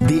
The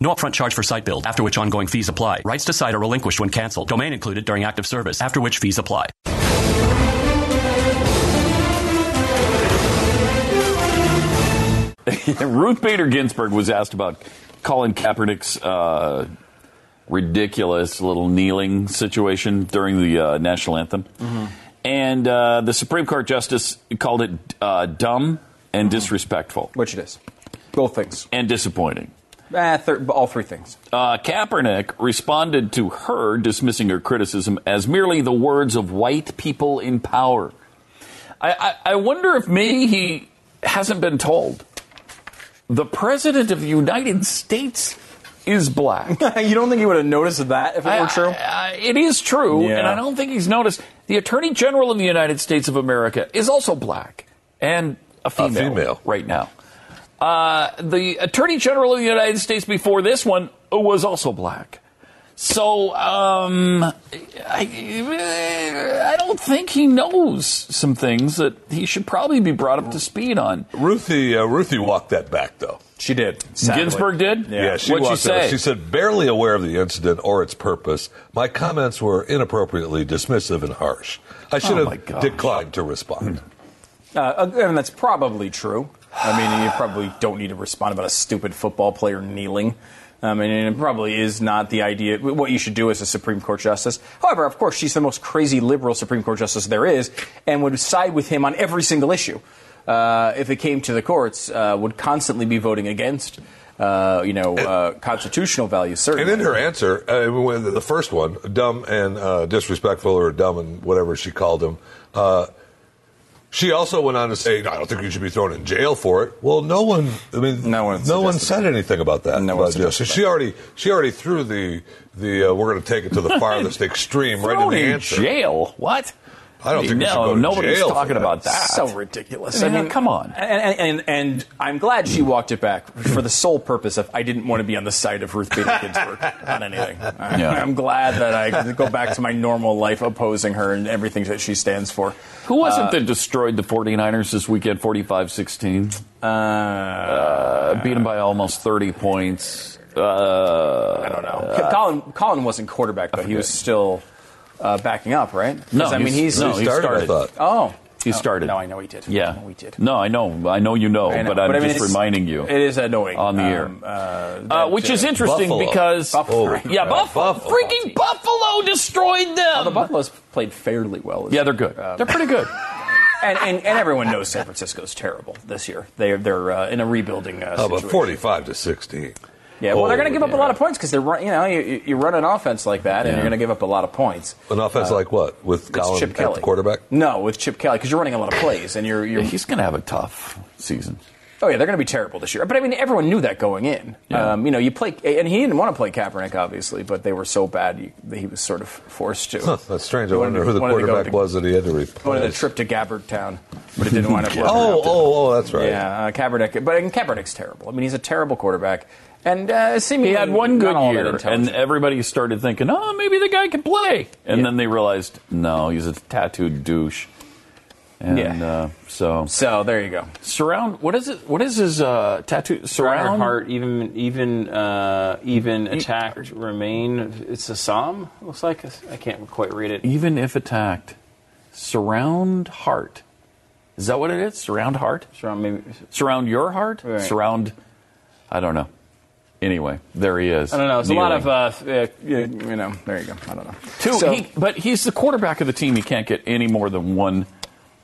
No upfront charge for site build, after which ongoing fees apply. Rights to site are relinquished when canceled. Domain included during active service, after which fees apply. Ruth Bader Ginsburg was asked about Colin Kaepernick's uh, ridiculous little kneeling situation during the uh, national anthem. And uh, the Supreme Court Justice called it uh, dumb and disrespectful Which it is. Both things. and disappointing. Ah, thir- all three things. Uh, Kaepernick responded to her, dismissing her criticism as merely the words of white people in power. I, I, I wonder if maybe he hasn't been told. The president of the United States is black. you don't think he would have noticed that if it were I- true? I- I- it is true, Yeah. and I don't think he's noticed. The Attorney General of the United States of America is also black and a female, female. right now. Uh, the Attorney General of the United States before this one was also black. So um, I, I don't think he knows some things that he should probably be brought up to speed on. Ruthie, uh, Ruthie walked that back, though. she did. sadly. Ginsburg did? Yeah, she What'd she walked that say? back. She said, barely aware of the incident or its purpose, my comments were inappropriately dismissive and harsh. I should Oh, my have gosh. declined to respond. Uh, and that's probably true. I mean, you probably don't need to respond about a stupid football player kneeling. I mean, and it probably is not the idea. What you should do as a Supreme Court justice. However, of course, she's the most crazy liberal Supreme Court justice there is, and would side with him on every single issue. Uh, if it came to the courts, uh, would constantly be voting against, uh, you know, uh, constitutional values. Certainly. And in her answer, uh, when the first one, dumb and uh, disrespectful, or dumb and whatever she called him, uh, she also went on to say, "No, I don't think you should be thrown in jail for it. Well, no one, I mean, No one no one suggested said anything about that. No one about jail. So suggested she already, she already threw the, the uh, we're going to take it to the farthest extreme right in Thrown the in answer. jail? What? I don't think we no, should go to nobody's jail for talking that. about that. So ridiculous. Yeah, come on. And, and, and, and I'm glad she walked it back for the sole purpose of I didn't want to be on the side of Ruth Bader Ginsburg on anything. I, Yeah. I'm glad that I can go back to my normal life opposing her and everything that she stands for. Who was it that destroyed the 49ers this weekend, 45 16? Uh, Uh, beat them by almost 30 points. Uh, I don't know. Colin, Colin wasn't quarterback, but he was still uh, backing up, right? 'Cause, No, I mean, he's- he's, no, He he started, I started. thought. oh. He Oh, started. No, I know he did. Yeah. I know he did. No, I know. I know you know, I know. but I'm I mean, just it's- reminding you. It is annoying. On the air. Um, uh, Uh, that, which is uh, interesting Buffalo. because. Buffalo. Oh, Yeah, yeah, Buffalo. Buffalo. Freaking Buffalo destroyed them. The Buffaloes played fairly well. Um, yeah, they're good. they're pretty good. and, and, and everyone knows San Francisco's terrible this year. They're they're uh, in a rebuilding uh, How situation. about forty-five to sixteen? Yeah, well, they're going to Oh, give up a yeah. lot of points because they're run, you know you, you- you run an offense like that and Yeah. you're going to give up a lot of points. An offense like what with Uh, It's Colin Chip at Kelly, the quarterback? No, with Chip Kelly because you're running a lot of plays and you're, Yeah, you're he's going to have a tough season. Oh yeah, they're going to be terrible this year. But I mean, everyone knew that going in. Yeah. Um, you know, you play, and he didn't want to play Kaepernick, obviously, but they were so bad you, that he was sort of forced to. Huh, that's strange. I Wanted to- wonder who the wanted to go quarterback to- was that he had to replace. Wanted a trip to Gabbard Town, but it didn't wind up. working Oh, out. oh, oh, that's right. Yeah, uh, Kaepernick. But I mean, Kaepernick's terrible. I mean, he's a terrible quarterback. And uh, seemingly He had one not good all that year, and intelligent. everybody started thinking, oh, maybe the guy can play. And Yeah. then they realized, no, he's a tattooed douche. And Yeah. uh, so so there you go. surround. What is it? What is his uh, tattoo? Surround. Heart, even even uh, even attacked, remain. It's a psalm. it Looks like I can't quite read it. Even if attacked, surround heart. Is that what it is? Surround heart. Surround maybe Surround your heart. Right. Surround. I don't know. Anyway, there he is. I don't know. It's a lot of. kneeling. Uh, uh, You, you know, there you go. I don't know. Two, So- he, but he's the quarterback of the team. He can't get any more than one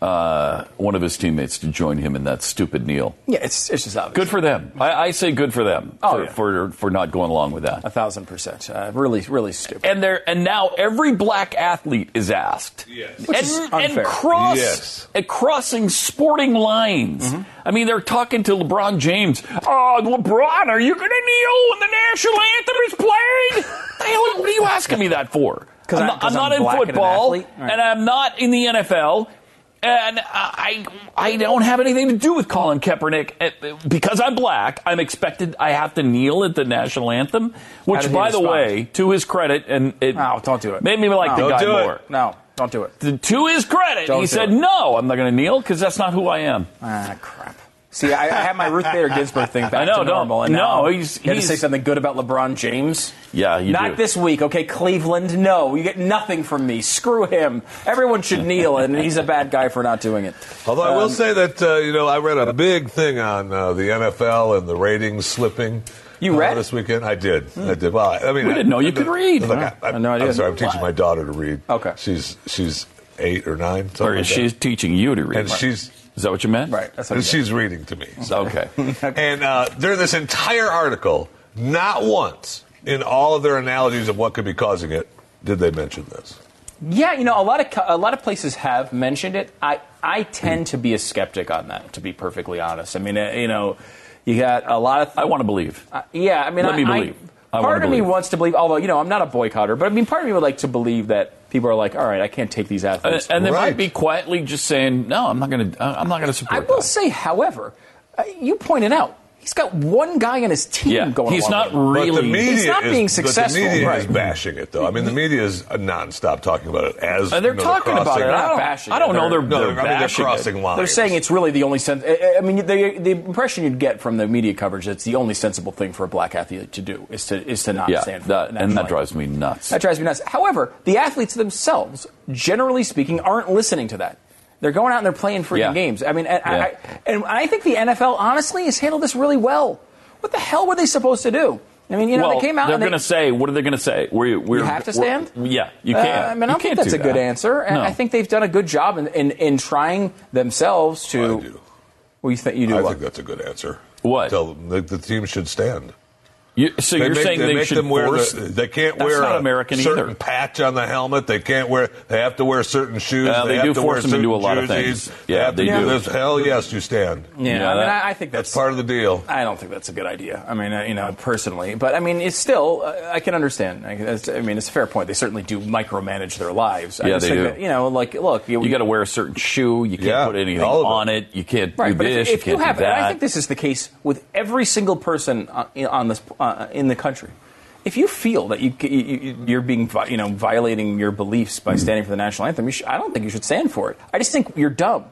uh, one of his teammates to join him in that stupid kneel. yeah, it's it's just obvious. Good for them. I, I say good for them for, Oh, yeah. for for not going along with that. a thousand percent. Uh, really, really stupid. And there and now every black athlete is asked. Yes. And, Which is and unfair. cross Yes. Mm-hmm. and crossing sporting lines. I mean, they're talking to LeBron James. Oh, LeBron, are you going to kneel when the national anthem is played? The hell, what are you asking me that for? 'Cause I'm, I- not, 'cause I'm not I'm in black and an football, athlete? All right. and I'm not in the NFL, and I I don't have anything to do with Colin Kaepernick Uh, because I'm black. I'm expected. I have to kneel at the national anthem, How which, did he by the respond? way, to his credit, and it No, Oh, don't do it. made me like No. the Don't guy do it. more. no, don't do it. To- To his credit, Don't he do said, it. "No, I'm not going to kneel because that's not who I am." Ah, crap. See, I, I had my Ruth Bader Ginsburg thing back I know, to don't- normal, and no, now he's- you had to he's- say something good about LeBron James. Yeah, you Not do. this week, okay? Cleveland, no, you get nothing from me. Screw him. Everyone should kneel, and he's a bad guy for not doing it. Although I will Um, say that uh, you know I read a big thing on uh, the NFL and the ratings slipping. You uh, read? Hmm. this weekend? I did. I did. Well, I I mean, We I- didn't know you I- could read. Look, Wow. I, I had no idea. am sorry. I'm teaching my daughter to read. Okay. She's she's eight or nine. something Or like she's that. teaching you to read. and she's is that what you meant? Right. That's what and he she's reading to me. So. Okay. And uh, during this entire article, not once in all of their analogies of what could be causing it did they mention this. Yeah, you know, a lot of co- a lot of places have mentioned it. I I tend to be a skeptic on that, to be perfectly honest. I mean, uh, you know, you got a lot of. I want to believe. Uh, yeah, I mean, Let I, me believe. I, I wanna part of me believe. wants to believe, although you know, I'm not a boycotter, but I mean, part of me would like to believe that people are like, all right, I can't take these and athletes. and they might Right. be quietly just saying, "No, I'm not going to. I'm not going to I support." will that." say, however, uh, you pointed out he's got one guy on his team Yeah, going. he's not along with him. really. But the media It's not is, being but successful, the media right. is bashing it, though. I mean, the media is nonstop talking about it as And they're middle talking about crossing- it. I They're not don't, bashing I don't it. know. They're, no, they're I mean, they're bashing it. crossing lines. They're saying it's really the only sense. I I mean, the, the impression you'd get from the media coverage that's the only sensible thing for a black athlete to do is to is to not Yeah, stand for that, an and national that drives me nuts. That drives me nuts. However, the athletes themselves, generally speaking, aren't listening to that. They're going out and they're playing freaking Yeah. games. I mean, and, Yeah. I, and I think the NFL honestly has handled this really well. What the hell were they supposed to do? I mean, you know, well, they came out They're and they, going to say, "What are they going to say?" We're, we're, You have to we're- stand? yeah, you can't. Uh, I mean, I You don't think can't that's do a good that. answer, and No. I think they've done a good job in in, in trying themselves I to. do. Well, you think you do I what? think that's a good answer. What? Tell them that the team should stand. You, so They you're make- saying they they, make should them wear force? the, they can't That's wear not a American certain either. patch on the helmet. They can't wear. They have to wear certain shoes. Uh, they have do to wear force them to do a certain lot of jerseys. things. They Yeah, have to they do. This. Hell yes, you stand. yeah, Yeah, I mean, that- I, I think That's that's, part of the deal. I don't think that's a good idea. I mean, uh, you know, personally, but I mean, it's still. Uh, I can understand. I, that's, I mean, it's a fair point. They certainly do micromanage their lives. I Yeah, just they think do. That, you know, like look, You got to wear a certain shoe. You can't Yeah, put anything all of it. on it. You can't Right, do but this. if, if you you can't have, do and that. I think this is the case with every single person on, on this uh, in the country. If you feel that you, you you- you're being vi- you know violating your beliefs Mm-hmm. by standing for the national anthem, you should, I don't think you should stand for it. I just think you're dumb.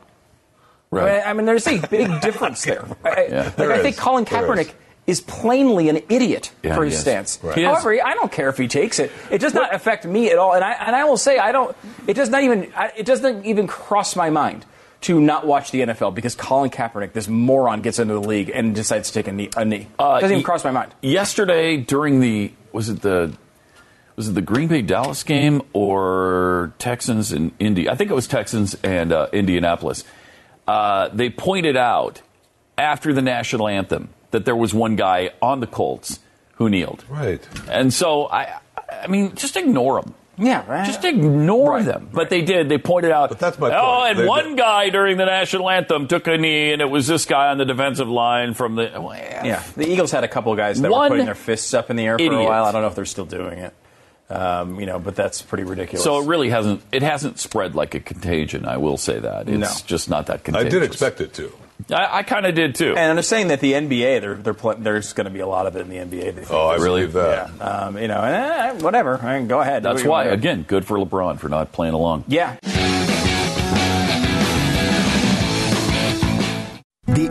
Right. I mean, there's a big difference there. I- I, like, There I think is. Colin There Kaepernick is. is plainly an idiot Yeah, for he his is. stance. Right. He is. However, I don't care if he takes it. It does not affect me at all. And I and I will say I don't. It does not even. I, it doesn't even cross my mind to not watch the NFL because Colin Kaepernick, this moron, gets into the league and decides to take a knee. A knee. Uh, doesn't even y- cross my mind. yesterday during the was it the was it the Green Bay Dallas game or Texans and Indy? I think it was Texans and uh, Indianapolis. Uh, they pointed out after the national anthem that there was one guy on the Colts who kneeled. Right. And so I, I mean, just ignore them. Yeah, right. Just ignore Right. them. But they did. They pointed out. But that's my Oh, point. and They- one guy during the national anthem took a knee, and it was this guy on the defensive line from the. Well, Yeah, the Eagles had a couple guys that One were putting their fists up in the air for a idiot. while. I don't know if they're still doing it. Um, you know, but that's pretty ridiculous. So it really hasn't it hasn't spread like a contagion. I will say that it's No. just not that I contagious. did expect it to. I, I kind of did too. And I'm just saying that the NBA, they're, they're pl- there's going to be a lot of it in the NBA. They think. Oh, I Really? believe that. Yeah, um, you know, and, eh, whatever. I mean, go ahead. That's Do what why, you wanna do. again, good for LeBron for not playing along. Yeah. The